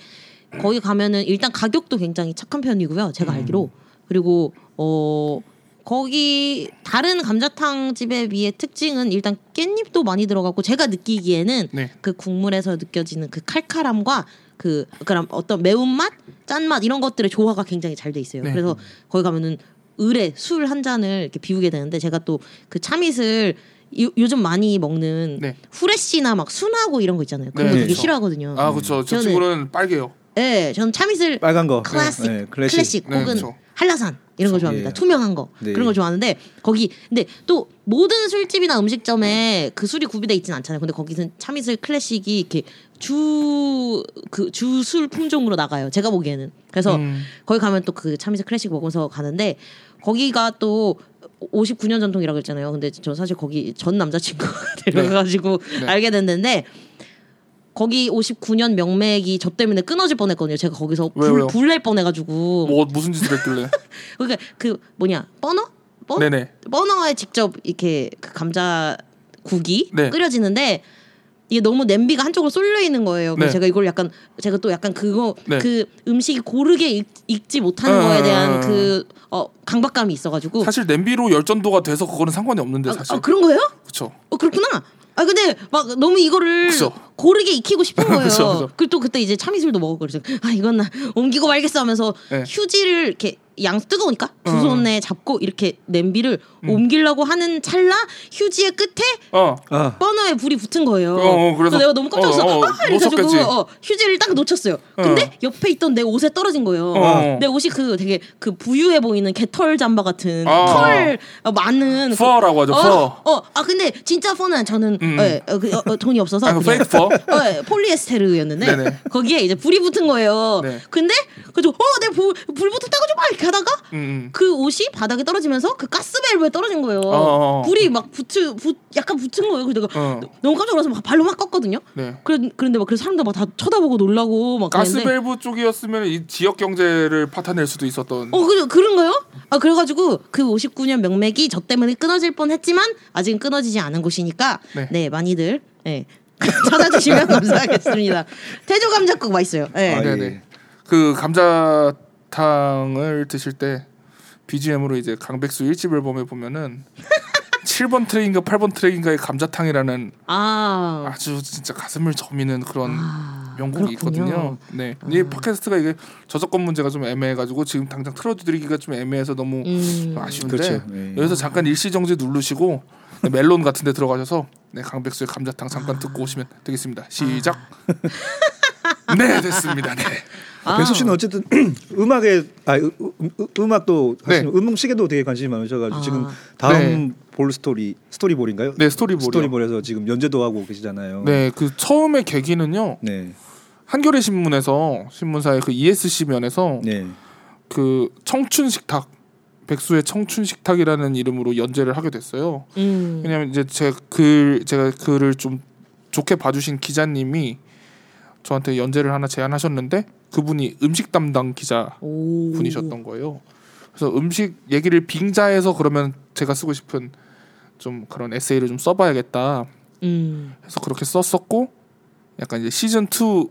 거기 가면은 일단 가격도 굉장히 착한 편이고요. 제가
음.
알기로 그리고 어 거기 다른 감자탕 집에 비해 특징은 일단 깻잎도 많이 들어가고 제가 느끼기에는
네.
그 국물에서 느껴지는 그 칼칼함과 그 그런 어떤 매운맛, 짠맛 이런 것들의 조화가 굉장히 잘 돼 있어요.
네.
그래서 거기 가면은 을에 술 한 잔을 이렇게 비우게 되는데 제가 또 그 참이슬 요, 요즘 많이 먹는
네.
후레쉬나 막 순하고 이런 거 있잖아요. 그런
네,
거 되게
그렇죠.
싫어하거든요.
아 그렇죠. 저
음. 저는-
친구는 빨개요.
예, 저는 참이슬
빨간 거.
클래식,
네, 네,
클래식,
네,
혹은
그렇죠.
한라산 이런
그렇죠.
걸 좋아합니다.
예.
투명한 거
네.
그런 걸 좋아하는데 거기 근데 또 모든 술집이나 음식점에 그 술이 구비돼 있진 않잖아요. 근데 거기는 참이슬 클래식이 이렇게 주 그 주 술 품종으로 나가요. 제가 보기에는 그래서
음.
거기 가면 또 그 참이슬 클래식 먹으면서 가는데 거기가 또 59년 전통이라고 했잖아요. 근데 저 사실 거기 전 남자친구가 데려가가지고
네.
알게 됐는데 거기 59년 명맥이 저 때문에 끊어질 뻔했거든요. 제가 거기서
왜요, 왜요?
불, 불낼 뻔해가지고
뭐 무슨 짓을 했길래?
그러니까 그 뭐냐 버너 뻔
네네.
버너에 직접 이렇게 그 감자 국이
네.
끓여지는데 이게 너무 냄비가 한쪽으로 쏠려 있는 거예요. 그래서
네.
제가 이걸 약간 제가 또 약간 그거
네.
그 음식이 고르게 익, 익지 못하는
아,
거에
아, 아,
대한
아.
그 어, 강박감이 있어가지고
사실 냄비로 열전도가 돼서 그거는 상관이 없는데
뭐? 아,
사실.
아, 그런 거예요?
그렇죠.
어, 그렇구나. 아 근데 막 너무 이거를
그쵸.
고르게 익히고 싶은 거예요.
그쵸, 그쵸.
그리고 또 그때 이제 참이슬도 먹었고 그래서 아 이건 나 옮기고 말겠어 하면서
네.
휴지를 이렇게 양 뜨거우니까 두
음.
손에 잡고 이렇게 냄비를 옮기려고 하는 찰나 휴지의 끝에
어.
아,
버너에 불이 붙은 거예요.
어, 어, 그래서-
내가 너무 깜짝 놀랐어.
어, 어,
아, 이래가지고
놓쳤겠지.
어, 휴지를 딱 놓쳤어요. 근데 옆에 있던 내 옷에 떨어진 거예요.
어.
내 옷이 그 되게 그 부유해 보이는 개털 잠바 같은
아.
털 많은 그-
퍼라고 하죠.
어,
퍼.
어, 아 근데 진짜 폰은 저는
음.
예, 어, 그, 어, 어, 돈이 없어서
아, 그
그냥-
페이크 퍼.
어, 예, 폴리에스테르였는데
네네.
거기에 이제 불이 붙은 거예요.
네.
근데 그래서 어내불불 붙었다고 좀막 이렇게 하다가
음, 음.
그 옷이 바닥에 떨어지면서 그 가스 밸브에 떨어진 거예요.
어, 어.
불이 막 붙은 붙 약간 붙은 거예요. 그래서 내가
어.
너무 깜짝 놀라서 막 발로 막 껐거든요.
네.
그런 그런데 막 그래서 사람들 막 다 쳐다보고 놀라고 막 그랬는데
가스밸브 쪽이었으면 이 지역 경제를 파탄낼 수도 있었던.
어, 그, 그런가요? 아, 그래가지고 그 59년 명맥이 저 때문에 끊어질 뻔 했지만 아직은 끊어지지 않은 곳이니까 네,
네.
많이들 네. 찾아주시면 감사하겠습니다. 태조 감자국 맛있어요. 네.
아, 예.
네네. 그 감자탕을 드실 때 BGM으로 이제 강백수 1집 앨범에 보면은 7번 트랙인가 8번 트랙인가의 감자탕이라는
아,
아주 예. 진짜 가슴을 저미는 그런
아,
명곡이 있거든요. 네. 이 팟캐스트가 이게 저작권 문제가 좀 애매해가지고 지금 당장 틀어드리기가 좀 애매해서 너무
음.
아쉬운데 네.
그렇죠. 예.
여기서 잠깐 일시정지 누르시고 네, 멜론 같은 데 들어가셔서 네, 강백수의 감자탕 잠깐 듣고 오시면 되겠습니다. 시작. 네 됐습니다. 네.
아.
백석 씨는 어쨌든 음악에 아 음, 음, 음악도
네.
하시는 음식에도 되게 관심이 많으셔가지고
아.
지금 다음 볼 스토리 스토리볼인가요?
네 스토리보드.
스토리볼에서 지금 연재도 하고 계시잖아요.
네그 처음의 계기는요
네.
한겨레 신문에서 신문사의 그 ESC 면에서
네.
그 청춘 식탁 백수의 청춘 식탁이라는 이름으로 연재를 하게 됐어요.
음.
왜냐면 이제 제 글 제가 글을 좀 좋게 봐주신 기자님이 저한테 연재를 하나 제안하셨는데 그분이 음식 담당 기자
오.
분이셨던 거예요. 그래서 음식 얘기를 빙자해서 그러면 제가 쓰고 싶은 좀 그런 에세이를 좀 써봐야겠다
음.
해서 그렇게 썼었고 약간 이제 시즌 2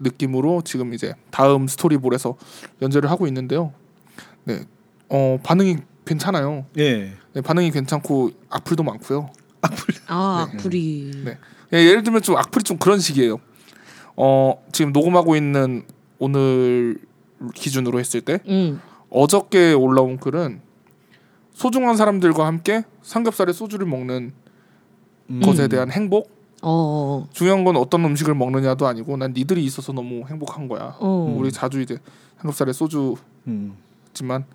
느낌으로 지금 이제 다음 스토리볼에서 연재를 하고 있는데요. 네, 어 반응이 괜찮아요.
예.
네, 반응이 괜찮고 악플도 많고요.
아, 불이.
네. 예, 예를 들면 좀 악플이 좀 그런 식이에요. 어 지금 녹음하고 있는 오늘 기준으로 했을 때
음.
어저께 올라온 글은 소중한 사람들과 함께 삼겹살에 소주를 먹는
음.
것에 대한 행복
어.
중요한 건 어떤 음식을 먹느냐도 아니고 난 니들이 있어서 너무 행복한 거야
어.
우리 자주 이제 삼겹살에 소주지만
음.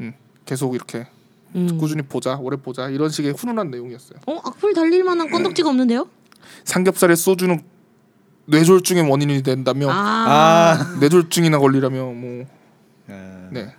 음, 계속 이렇게
음.
꾸준히 보자 오래 보자 이런 식의 훈훈한 내용이었어요
어, 악플 달릴 만한 건덕지가 없는데요?
삼겹살에 소주는 뇌졸중의 원인이 된다며
아.
아.
뇌졸중이나 걸리라며 뭐
아.
네.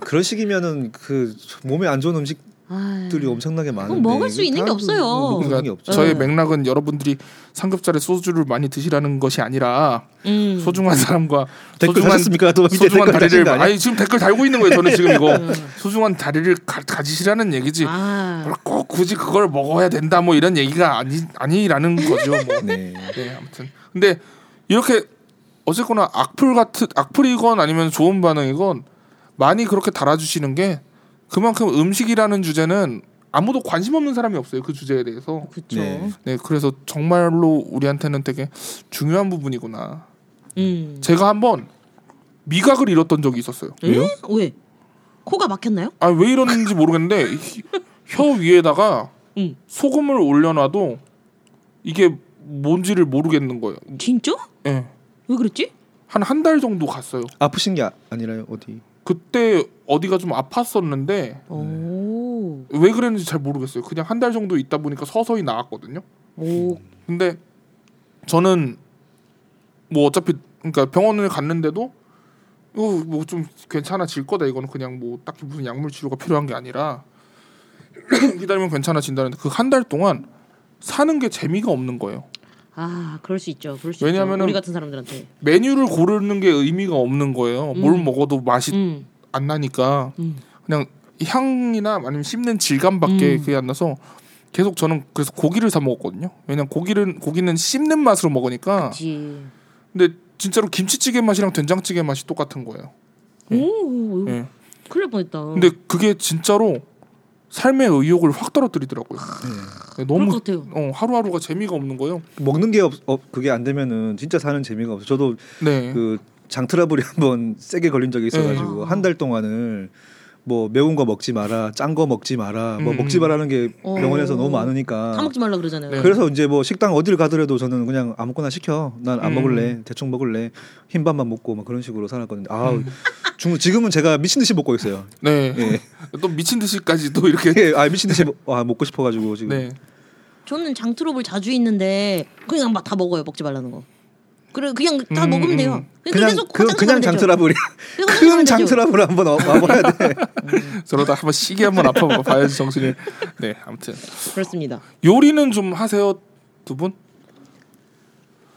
그런 식이면은 그 몸에 안 좋은 음식들이
아.
엄청나게 많은데.
먹을 수 있는 게
다들
없어요.
먹을 수 있는 게
그러니까
없죠.
저의 맥락은 여러분들이 삼겹살에 소주를 많이 드시라는 것이 아니라
음.
소중한 사람과
댓글
소중한
하셨습니까? 또 밑에
소중한
댓글 다신
다리를
거 아니야?
아니 지금 댓글 달고 있는 거예요. 저는 지금 이거 소중한 다리를 가, 가지시라는 얘기지.
아.
꼭 굳이 그걸 먹어야 된다 뭐 이런 얘기가 아니 아니라는 거죠. 뭐. 네.
네.
아무튼 근데 이렇게 어쨌거나 악플 같은 악플이건 아니면 좋은 반응이건 많이 그렇게 달아주시는 게 그만큼 음식이라는 주제는 아무도 관심 없는 사람이 없어요 그 주제에 대해서.
그쵸.
네.
네, 그래서 정말로 우리한테는 되게 중요한 부분이구나.
음.
제가 한번 미각을 잃었던 적이 있었어요.
왜요? 왜? 코가 막혔나요?
아 왜 이러는지 모르겠는데 이- 혀 위에다가
응.
소금을 올려놔도 이게 뭔지를 모르겠는 거예요.
진짜?
예,
왜 그랬지?
네. 한 한 달 정도 갔어요.
아프신 게 아, 아니라요 어디?
그때 어디가 좀 아팠었는데
오.
왜 그랬는지 잘 모르겠어요. 그냥 한 달 정도 있다 보니까 서서히 나았거든요.
오.
근데 저는 뭐 어차피 그러니까 병원을 갔는데도 이거 뭐 좀 괜찮아질 거다 이거는 그냥 뭐 딱히 무슨 약물 치료가 필요한 게 아니라 기다리면 괜찮아진다는데 그 한 달 동안 사는 게 재미가 없는 거예요.
아, 그럴 수 있죠. 그럴 수
왜냐면은-
있죠. 우리 같은 사람들한테.
메뉴를 고르는 게 의미가 없는 거예요. 뭘
음.
먹어도 맛이
음.
안 나니까
음.
그냥 향이나 아니면 씹는 질감밖에
음.
그게 안 나서 계속 저는 그래서 고기를 사 먹었거든요. 왜냐면 고기는 고기는 씹는 맛으로 먹으니까
그치.
근데 진짜로 김치찌개 맛이랑 된장찌개 맛이 똑같은 거예요. 네.
오,
예.
큰일 날 뻔했다.
근데 그게 진짜로 삶의 의욕을 확 떨어뜨리더라고요. 네,
그럴
너무
것 같아요.
어, 하루하루가 재미가 없는 거예요.
먹는 게 없, 없 그게 안 되면은 진짜 사는 재미가 없어. 저도
네.
그 장 트러블이 한번 세게 걸린 적이 있어가지고
네.
한 달 동안을 뭐 매운 거 먹지 마라, 짠 거 먹지 마라, 뭐
음.
먹지 마라는 게
어.
병원에서 너무
다
많으니까.
먹지 말라 그러잖아요.
네.
그래서 이제 뭐 식당 어딜 가더라도 저는 그냥 아무거나 시켜. 난 안
음.
먹을래. 대충 먹을래. 흰 밥만 먹고 막 그런 식으로 살았거든요. 아, 중 지금은 제가 미친 듯이 먹고 있어요.
네.
예.
또 미친 듯이까지 또 이렇게
예, 아 미친 듯이 먹, 아, 먹고 싶어가지고 지금.
네.
저는 장 트러블 자주 있는데 그냥 막 다 먹어요. 먹지 말라는 거. 그래 그냥 다
음,
먹으면 돼요.
음.
그냥
계속
그,
화장실
그냥
가면
장
되죠.
트러블이
그냥 화장실
큰
가면 되죠.
장 트러블 한번 와- 와봐야 돼.
저러다 한번 시계 한번 아파 봐야지 정신을. 네. 아무튼
그렇습니다.
요리는 좀 하세요 두 분?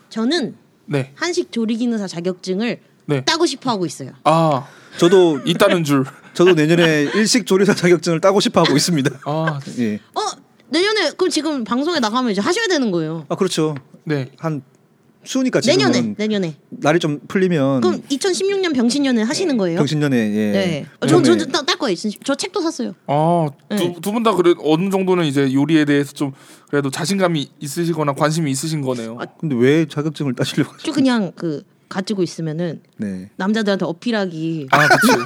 저는
네.
한식 조리기능사 자격증을
네.
따고 싶어 하고 있어요.
아
저도
있다는 줄.
저도 내년에 일식 조리사 자격증을 따고 싶어 하고 있습니다.
아
예.
어 내년에 그럼 지금 방송에 나가면 이제 하셔야 되는 거예요.
아 그렇죠.
네.
한 추우니까 아, 지금은
내년에 내년에
날이 좀 풀리면
그럼 2016년 병신년에 하시는 거예요?
병신년에 예.
네.
그
저
다음에
저는 딸 거예요. 진짜. 저 책도 샀어요.
아두
네.
분 다 그래 어느 정도는 이제 요리에 대해서 좀 그래도 자신감이 있으시거나 관심이 있으신 거네요.
근데 왜 자격증을 따시려고? 하죠?
저 그냥 그 가지고 있으면은
네.
남자들한테 어필하기.
아 그렇지.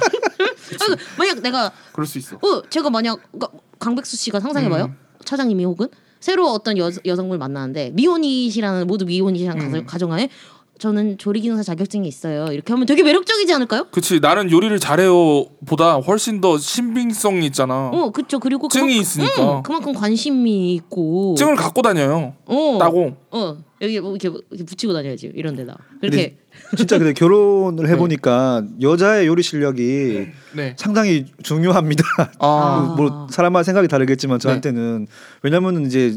아, 만약 내가
그럴 수 있어.
어 제가 만약 그러니까 강백수 씨가 상상해봐요. 차장님이 혹은 새로 어떤 여, 여성분을 만나는데 미혼이시라는 모두 미혼이시라는 가정- 가정하에 저는 조리기능사 자격증이 있어요. 이렇게 하면 되게 매력적이지 않을까요?
그치 나는 요리를 잘해요 보다 훨씬 더 신빙성이 있잖아.
어, 그쵸. 그리고
증이
그만큼,
있으니까.
음, 그만큼 관심이 있고.
증을 갖고 다녀요.
어,
따고.
어 여기 뭐 이렇게, 뭐 이렇게 붙이고 다녀야지 이런 데다.
근데
이렇게
진짜 근데 결혼을 해보니까 여자의 요리 실력이
네.
상당히 중요합니다.
아, 네.
아.
뭐 사람마다 생각이 다르겠지만 저한테는 왜냐면은 이제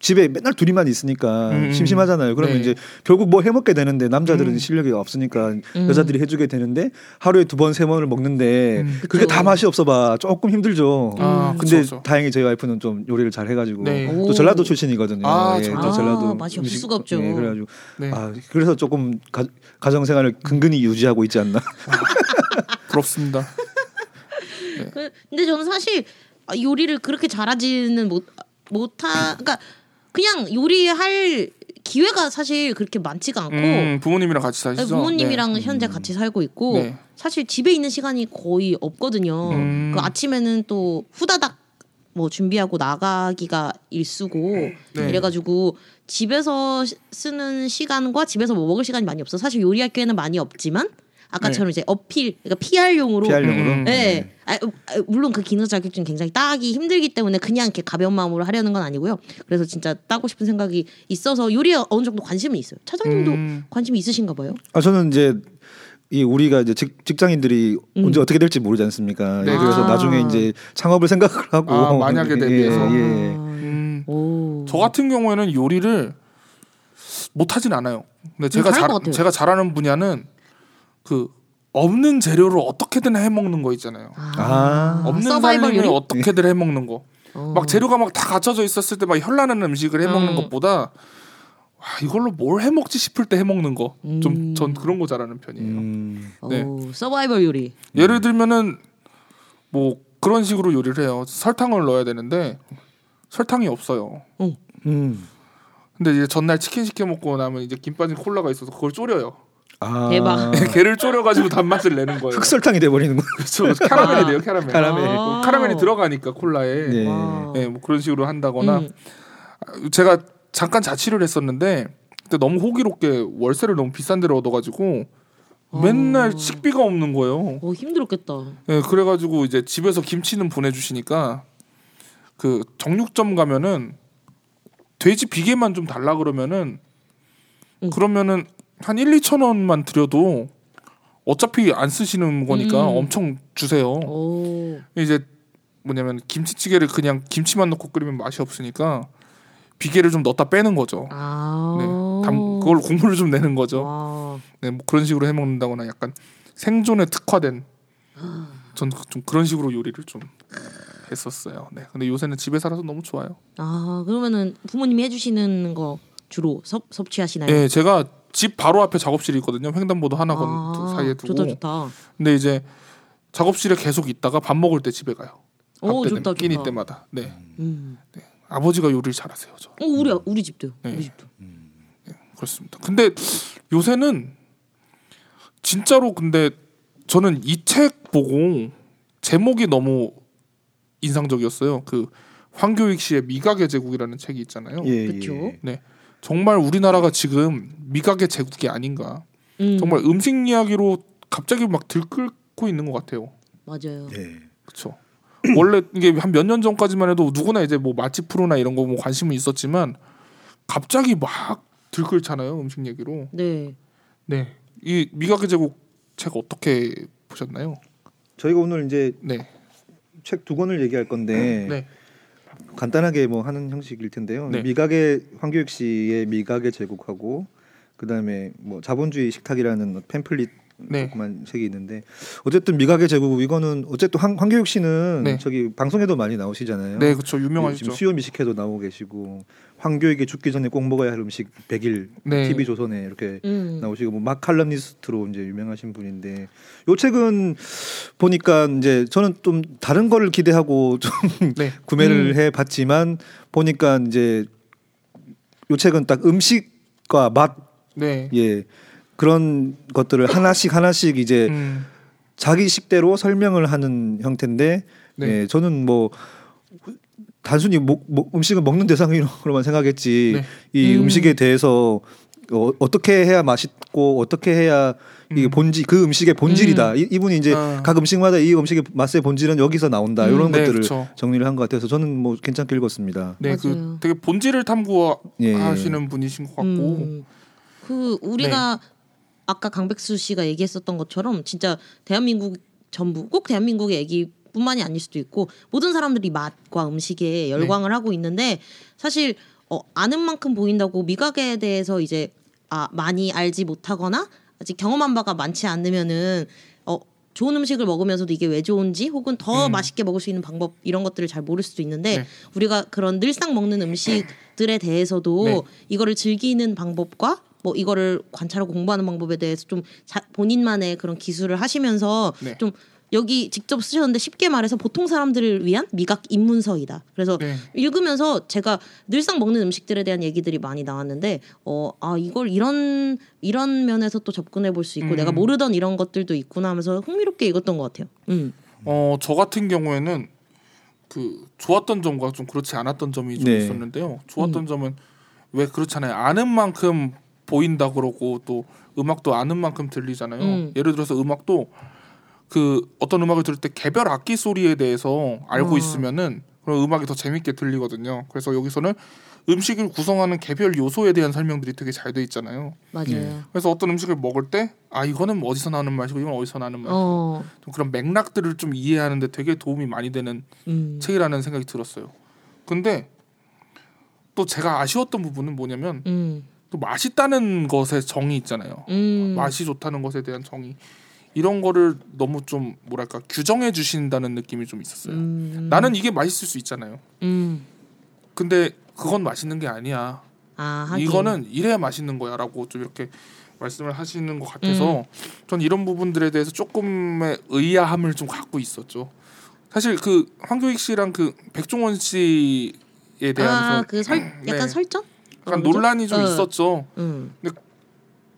집에 맨날 둘이만 있으니까
음, 음.
심심하잖아요. 그러면
네.
이제 결국 뭐 해먹게 되는데 남자들은
음.
실력이 없으니까 여자들이 해주게 되는데 하루에 두 번 세 번을 먹는데
음.
그게
그쵸.
다 맛이 없어봐 조금 힘들죠.
아, 그쵸,
근데
그쵸.
다행히 저희 와이프는 좀 요리를 잘 해가지고
네.
또
오.
전라도 출신이거든요.
아,
예,
전-
또 전라도
아, 맛이 없을
음식-
수가 없죠.
예, 그래가지고
네.
아 그래서 조금 가, 가정생활을 근근히 유지하고 있지 않나.
부럽습니다.
그- 근데 저는 사실 아, 요리를 그렇게 잘하지는 못 못하 그러니까 그냥 요리할 기회가 사실 그렇게 많지가 않고
음, 부모님이랑 같이 사시죠?
어. 부모님이랑 현재 같이 살고 있고
네.
사실 집에 있는 시간이 거의 없거든요.
음.
그 아침에는 또 후다닥 뭐 준비하고 나가기가 일쑤고
네.
이래가지고 집에서 시- 쓰는 시간과 집에서 뭐 먹을 시간이 많이 없어. 사실 요리할 기회는 많이 없지만 아까처럼
네.
이제 어필 그러니까 PR용으로
PR용으로.
음.
네. 아, 아, 물론 그 기능 자격증 굉장히 따기 힘들기 때문에 그냥 이렇게 가벼운 마음으로 하려는 건 아니고요. 그래서 진짜 따고 싶은 생각이 있어서 요리에 어느 정도 관심이 있어요. 차장님도
음.
관심이 있으신가 봐요.
아 저는 이제 이 우리가 이제 직, 직장인들이 언제 어떻게 될지 모르지 않습니까?
음. 네,
예, 그래서
아.
나중에 이제 창업을 생각을 하고
아, 만약에 대비해서.
예, 예.
음.
오.
저 같은 경우에는 요리를 못하진 않아요. 근데 제가
음, 잘할
잘
것 같아요.
제가 잘하는 분야는 그 없는 재료를 어떻게든 해 먹는 거 있잖아요.
아.
없는
서바이벌
살림을
요리?
어떻게든 해 먹는 거.
어.
막 재료가 막 다 갖춰져 있었을 때 막 현란한 음식을 해 먹는
음.
것보다 와, 이걸로 뭘 해 먹지 싶을 때 해 먹는 거 좀 전 그런 거 잘하는 편이에요.
음,
네.
오, 서바이벌 요리.
예를 들면은 뭐 그런 식으로 요리를 해요. 설탕을 넣어야 되는데 설탕이 없어요.
음.
근데 이제 전날 치킨 시켜 먹고 나면 이제 김 빠진 콜라가 있어서 그걸 졸여요.
아.
대박.
걔를 졸여가지고 단맛을 내는 거예요.
흑설탕이 돼버리는 거.
그렇죠. 캐러멜이 돼요. 캐러멜.
캐러멜.
어, 캐러멜이 들어가니까 콜라에.
예.
아. 와.
예, 뭐 그런 식으로 한다거나
음.
제가 잠깐 자취를 했었는데 그때 너무 호기롭게 월세를 너무 비싼 데로 얻어가지고
아.
맨날 식비가 없는 거예요.
어, 힘들었겠다.
예, 그래가지고 이제 집에서 김치는 보내주시니까 그 정육점 가면은 돼지 비계만 좀 달라 그러면은
음.
그러면은 한 1, 2천 원만 드려도 어차피 안 쓰시는 거니까
음. 어.
엄청 주세요.
오.
이제 뭐냐면 김치찌개를 그냥 김치만 넣고 끓이면 맛이 없으니까 비계를 좀 넣었다 빼는 거죠.
아.
네, 담- 그걸 국물을 좀 내는 거죠.
와. 아.
네, 뭐 그런 식으로 해 먹는다거나 약간 생존에 특화된 전 좀 그런 식으로 요리를 좀 했었어요. 네. 근데 요새는 집에 살아서 너무 좋아요.
아 그러면은 부모님이 해주시는 거 주로 섭, 섭취하시나요?
예, 제가 집 바로 앞에 작업실이 있거든요. 횡단보도 하나건
아,
사이에
좋다
두고.
좋다.
근데 이제 작업실에 계속 있다가 밥 먹을 때 집에 가요.
오
밥 때문에,
좋다 좋다.
끼니 때마다. 네.
음.
아버지가 요리를 잘하세요. 저.
어 우리 우리 집도
네.
우리 집도.
그렇습니다. 근데 요새는 진짜로 근데 저는 이 책 보고 제목이 너무 인상적이었어요. 그 황교익 씨의 미각의 제국이라는 책이 있잖아요.
예,
그쵸?
예.
정말 우리나라가 지금 미각의 제국이 아닌가.
음,
정말 음식 이야기로 갑자기 막 들끓고 있는 것 같아요.
맞아요.
예.
그렇죠. 원래 이게 한 몇 년 전까지만 해도 누구나 이제 뭐 맛집 프로나 이런 거뭐 관심은 있었지만 갑자기 막 들끓잖아요 음식 얘기로.
네.
네. 이 미각의 제국 책 어떻게 보셨나요?
저희가 오늘 이제
네.
책 두 권을 얘기할 건데
네.
간단하게 뭐 하는 형식일 텐데요.
네.
미각의 황교익 씨의 미각의 제국하고 그다음에 뭐 자본주의 식탁이라는 팸플릿
네.
조그만 책이 있는데 어쨌든 미각의 제국 이거는 어쨌든 황, 황교익 씨는
네.
저기 방송에도 많이 나오시잖아요.
네, 그렇죠.
지금
유명하시죠.
수요 미식회도 나오고 계시고 황교익이 죽기 전에 꼭 먹어야 할 음식 100일
네.
TV 조선에 이렇게
음.
나오시고 뭐 마칼럼니스트로 이제 유명하신 분인데 요 책은 보니까 이제 저는 좀 다른 거를 기대하고 좀
네.
구매를 해 봤지만 보니까 이제 요 책은 딱 음식과 맛
네.
예. 그런 것들을 하나씩 하나씩 이제
음.
자기 식대로 설명을 하는 형태인데
네.
예, 저는 뭐 단순히 뭐, 뭐 음식을 먹는 대상으로만 생각했지
네.
이
음.
음. 식에 대해서 어, 어떻게 해야 맛있고 어떻게 해야 이게
음.
본질 그 음식의 본질이다 이, 이분이 이제
아.
각 음식마다 이 음식의 맛의 본질은 여기서 나온다
음.
이런
네,
것들을
그쵸.
정리를 한 것 같아서 저는 뭐 괜찮게 읽었습니다
네,
맞아요.
그 되게 본질을
예.
탐구하시는 분이신 것 같고. 네.
음. 그 우리가 아까 강백수 씨가 얘기했었던 것처럼 진짜 대한민국 전부 꼭 대한민국의 얘기 뿐만이 아닐 수도 있고 모든 사람들이 맛과
네.
음식에 열광을 하고 있는데 사실 어, 아는 만큼 보인다고 미각에 대해서 이제 아 많이 알지 못하거나 아직 경험한 바가 많지 않으면은 어 좋은 음식을 먹으면서도 이게 왜 좋은지 혹은 더
음.
맛있게 먹을 수 있는 방법 이런 것들을 잘 모를 수도 있는데
네.
우리가 그런 늘상 먹는 음식들에 대해서도
네.
이거를 즐기는 방법과 뭐 이거를 관찰하고 공부하는 방법에 대해서 좀 자- 본인만의 그런 기술을 하시면서
네.
좀 여기 직접 쓰셨는데 쉽게 말해서 보통 사람들을 위한 미각 입문서이다. 그래서
네.
읽으면서 제가 늘상 먹는 음식들에 대한 얘기들이 많이 나왔는데 어 아 이걸 이런 이런 면에서 또 접근해 볼 수 있고
음.
내가 모르던 이런 것들도 있구나 하면서 흥미롭게 읽었던 것 같아요. 음.
어, 저 같은 경우에는 그 좋았던 점과 좀 그렇지 않았던 점이 좀
네.
있었는데요. 좋았던 점은 왜 그렇잖아요. 아는 만큼 보인다 그러고 또 음악도 아는 만큼 들리잖아요.
음.
예를 들어서 음악도 그 어떤 음악을 들을 때 개별 악기 소리에 대해서 알고
어.
있으면은 그런 음악이 더 재밌게 들리거든요. 그래서 여기서는 음식을 구성하는 개별 요소에 대한 설명들이 되게 잘 돼 있잖아요.
맞아요.
그래서 어떤 음식을 먹을 때 아 이거는 어디서 나는 맛이고 이건 어디서 나는 맛.
어.
좀 그런 맥락들을 좀 이해하는데 되게 도움이 많이 되는
음.
책이라는 생각이 들었어요. 근데 또 제가 아쉬웠던 부분은 뭐냐면
음.
또 맛있다는 것의 정의 있잖아요.
음.
맛이 좋다는 것에 대한 정의 이런 거를 너무 좀 뭐랄까 규정해 주신다는 느낌이 좀 있었어요.
음.
나는 이게 맛있을 수 있잖아요.
음.
근데 그건 맛있는 게 아니야.
아, 하긴.
이거는 이래야 맛있는 거야라고 좀 이렇게 말씀을 하시는 것 같아서
음.
전 이런 부분들에 대해서 조금의 의아함을 좀 갖고 있었죠. 사실 그 황교익 씨랑 그 백종원 씨에 대한
아,
서
그설 약간
네.
설정?
약간
그런 거죠?
논란이 좀
어.
있었죠.
음.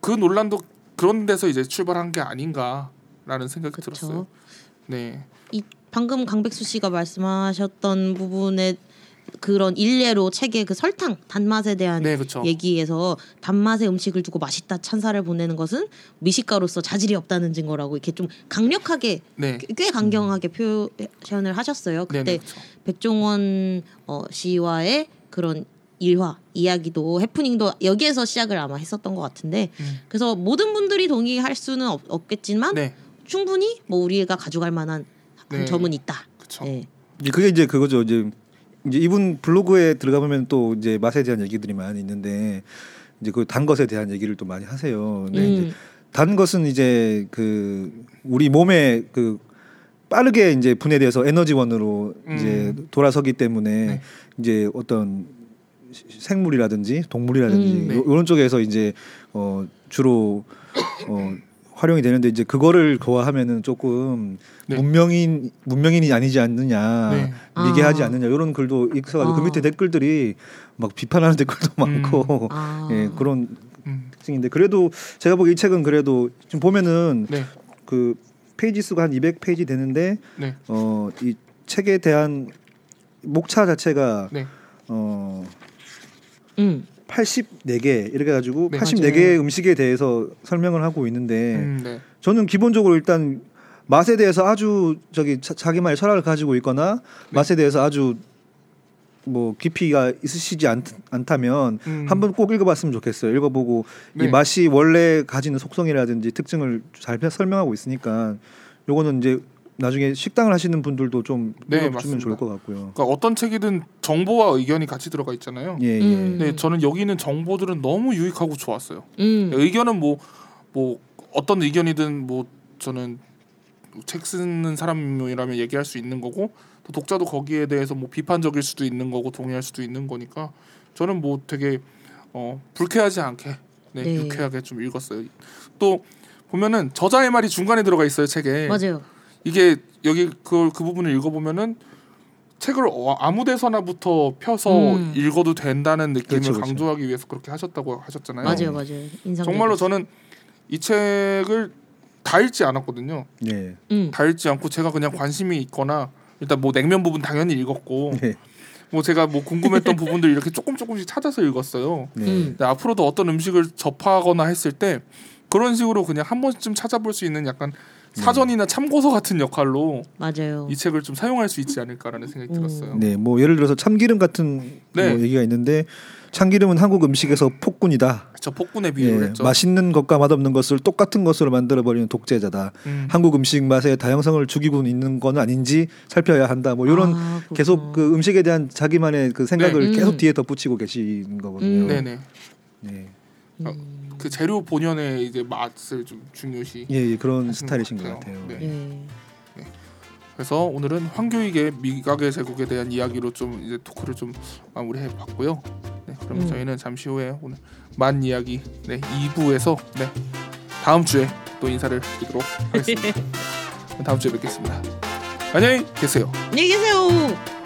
그 논란도 그런 데서 이제 출발한 게 아닌가라는 생각이
그쵸.
들었어요. 네,
이 방금 강백수 씨가 말씀하셨던 부분에 그런 일례로 책의 그 설탕 단맛에 대한
네, 그렇죠.
얘기에서 단맛의 음식을 두고 맛있다 찬사를 보내는 것은 미식가로서 자질이 없다는 증거라고 이렇게 좀 강력하게
네,
꽤- 꽤 강경하게 표현을 하셨어요.
네,
그때
네, 그렇죠.
백종원 어, 씨와의 그런 일화 이야기도 해프닝도 여기에서 시작을 아마 했었던 것 같은데
음.
그래서 모든 분들이 동의할 수는 없, 겠지만
네,
충분히 뭐 우리가 가져갈 만한 한
네.
점은 있다.
그렇죠.
네.
이제 그게 이제 그거죠. 이제 이제 이분 블로그에 들어가 보면 또 이제 맛에 대한 얘기들이 많이 있는데 이제 그 단 것에 대한 얘기를 또 많이
네,
하세요. 근데 이제
음,
단 것은 이제 그 우리 몸에 그 빠르게 이제 분해돼서 에너지원으로 이제
음.
돌아서기 때문에
네.
이제 어떤 시- 생물이라든지 동물이라든지
음.
네.
요- 이런 쪽에서 이제 어 주로 어 활용이 되는데 이제 그거를 거하면은 조금
네.
문명인 문명인이 아니지 않느냐
네.
미개하지
아.
않느냐 이런 글도 읽혀가지고 그
아.
밑에 댓글들이 막 비판하는 댓글도
음.
많고
아.
예 그런
음.
특징인데 그래도 제가 보기 이 책은 그래도 지금 보면은
네.
그 페이지 수가 한 200페이지 되는데
네.
어 이 책에 대한 목차 자체가
네.
어
음.
84개 이렇게 가지고
네,
84개의 음식에 대해서 설명을 하고 있는데
음, 네.
저는 기본적으로 일단 맛에 대해서 아주 저기 자, 자기만의 철학을 가지고 있거나
네.
맛에 대해서 아주 뭐 깊이가 있으시지 않, 않다면
음.
한번 꼭 읽어봤으면 좋겠어요. 읽어보고
네.
이 맛이 원래 가지는 속성이라든지 특징을 잘 펴- 설명하고 있으니까 요거는 이제 나중에 식당을 하시는 분들도 좀
네,
읽어주면
맞습니다.
좋을 것 같고요.
그러니까 어떤 책이든 정보와 의견이 같이 들어가 있잖아요.
예, 예.
음.
네, 저는 여기 있는 정보들은 너무 유익하고 좋았어요.
음.
의견은 뭐 뭐 어떤 의견이든 뭐 저는 책 쓰는 사람이라면 얘기할 수 있는 거고 또 독자도 거기에 대해서 뭐 비판적일 수도 있는 거고 동의할 수도 있는 거니까 저는 뭐 되게 어 불쾌하지 않게 네,
네.
유쾌하게 좀 읽었어요. 또 보면은 저자의 말이 중간에 들어가 있어요 책에
맞아요.
이게 여기 그걸 그 부분을 읽어보면은 책을 어- 아무 데서나부터 펴서
음.
읽어도 된다는 느낌을
그렇죠, 그렇죠.
강조하기 위해서 그렇게 하셨다고 하셨잖아요.
맞아요. 맞아요. 인상
네. 정말로 저는 이 책을 다 읽지 않았거든요.
예.
음.
다 읽지 않고 제가 그냥 관심이 있거나 일단 뭐 냉면 부분 당연히 읽었고
예.
뭐 제가 뭐 궁금했던 부분들 이렇게 조금 조금씩 찾아서 읽었어요.
네.
음.
근데 앞으로도 어떤 음식을 접하거나 했을 때 그런 식으로 그냥 한 번쯤 찾아볼 수 있는 약간 사전이나 참고서 같은 역할로
맞아요.
이 책을 좀 사용할 수 있지 않을까라는 생각이
음.
들었어요.
네, 뭐 예를 들어서 참기름 같은
네.
뭐 얘기가 있는데 참기름은 한국 음식에서 폭군이다.
저 폭군의
네,
비유를
예,
했죠.
맛있는 것과 맛없는 것을 똑같은 것으로 만들어 버리는 독재자다.
음.
한국 음식 맛의 다양성을 죽이고 있는 건 아닌지 살펴야 한다. 뭐 이런
아, 그렇구나.
계속 그 음식에 대한 자기만의 그 생각을
네.
계속
음.
뒤에 덧붙이고 계시는 거거든요.
음.
네네.
네.
그 재료 본연의 이제 맛을 좀 중요시.
예, 예, 그런
하시는
스타일이신
것
것
같아요.
같아요.
네.
예.
그래서 오늘은 황교익의 미각의 제국에 대한 이야기로 좀 이제 토크를 좀 마무리해 봤고요. 네, 그럼
음.
저희는 잠시 후에 오늘 만 이야기 네, 2부에서 네, 다음 주에 또 인사를 드리도록 하겠습니다. 다음 주에 뵙겠습니다. 안녕히 계세요.
안녕히 계세요.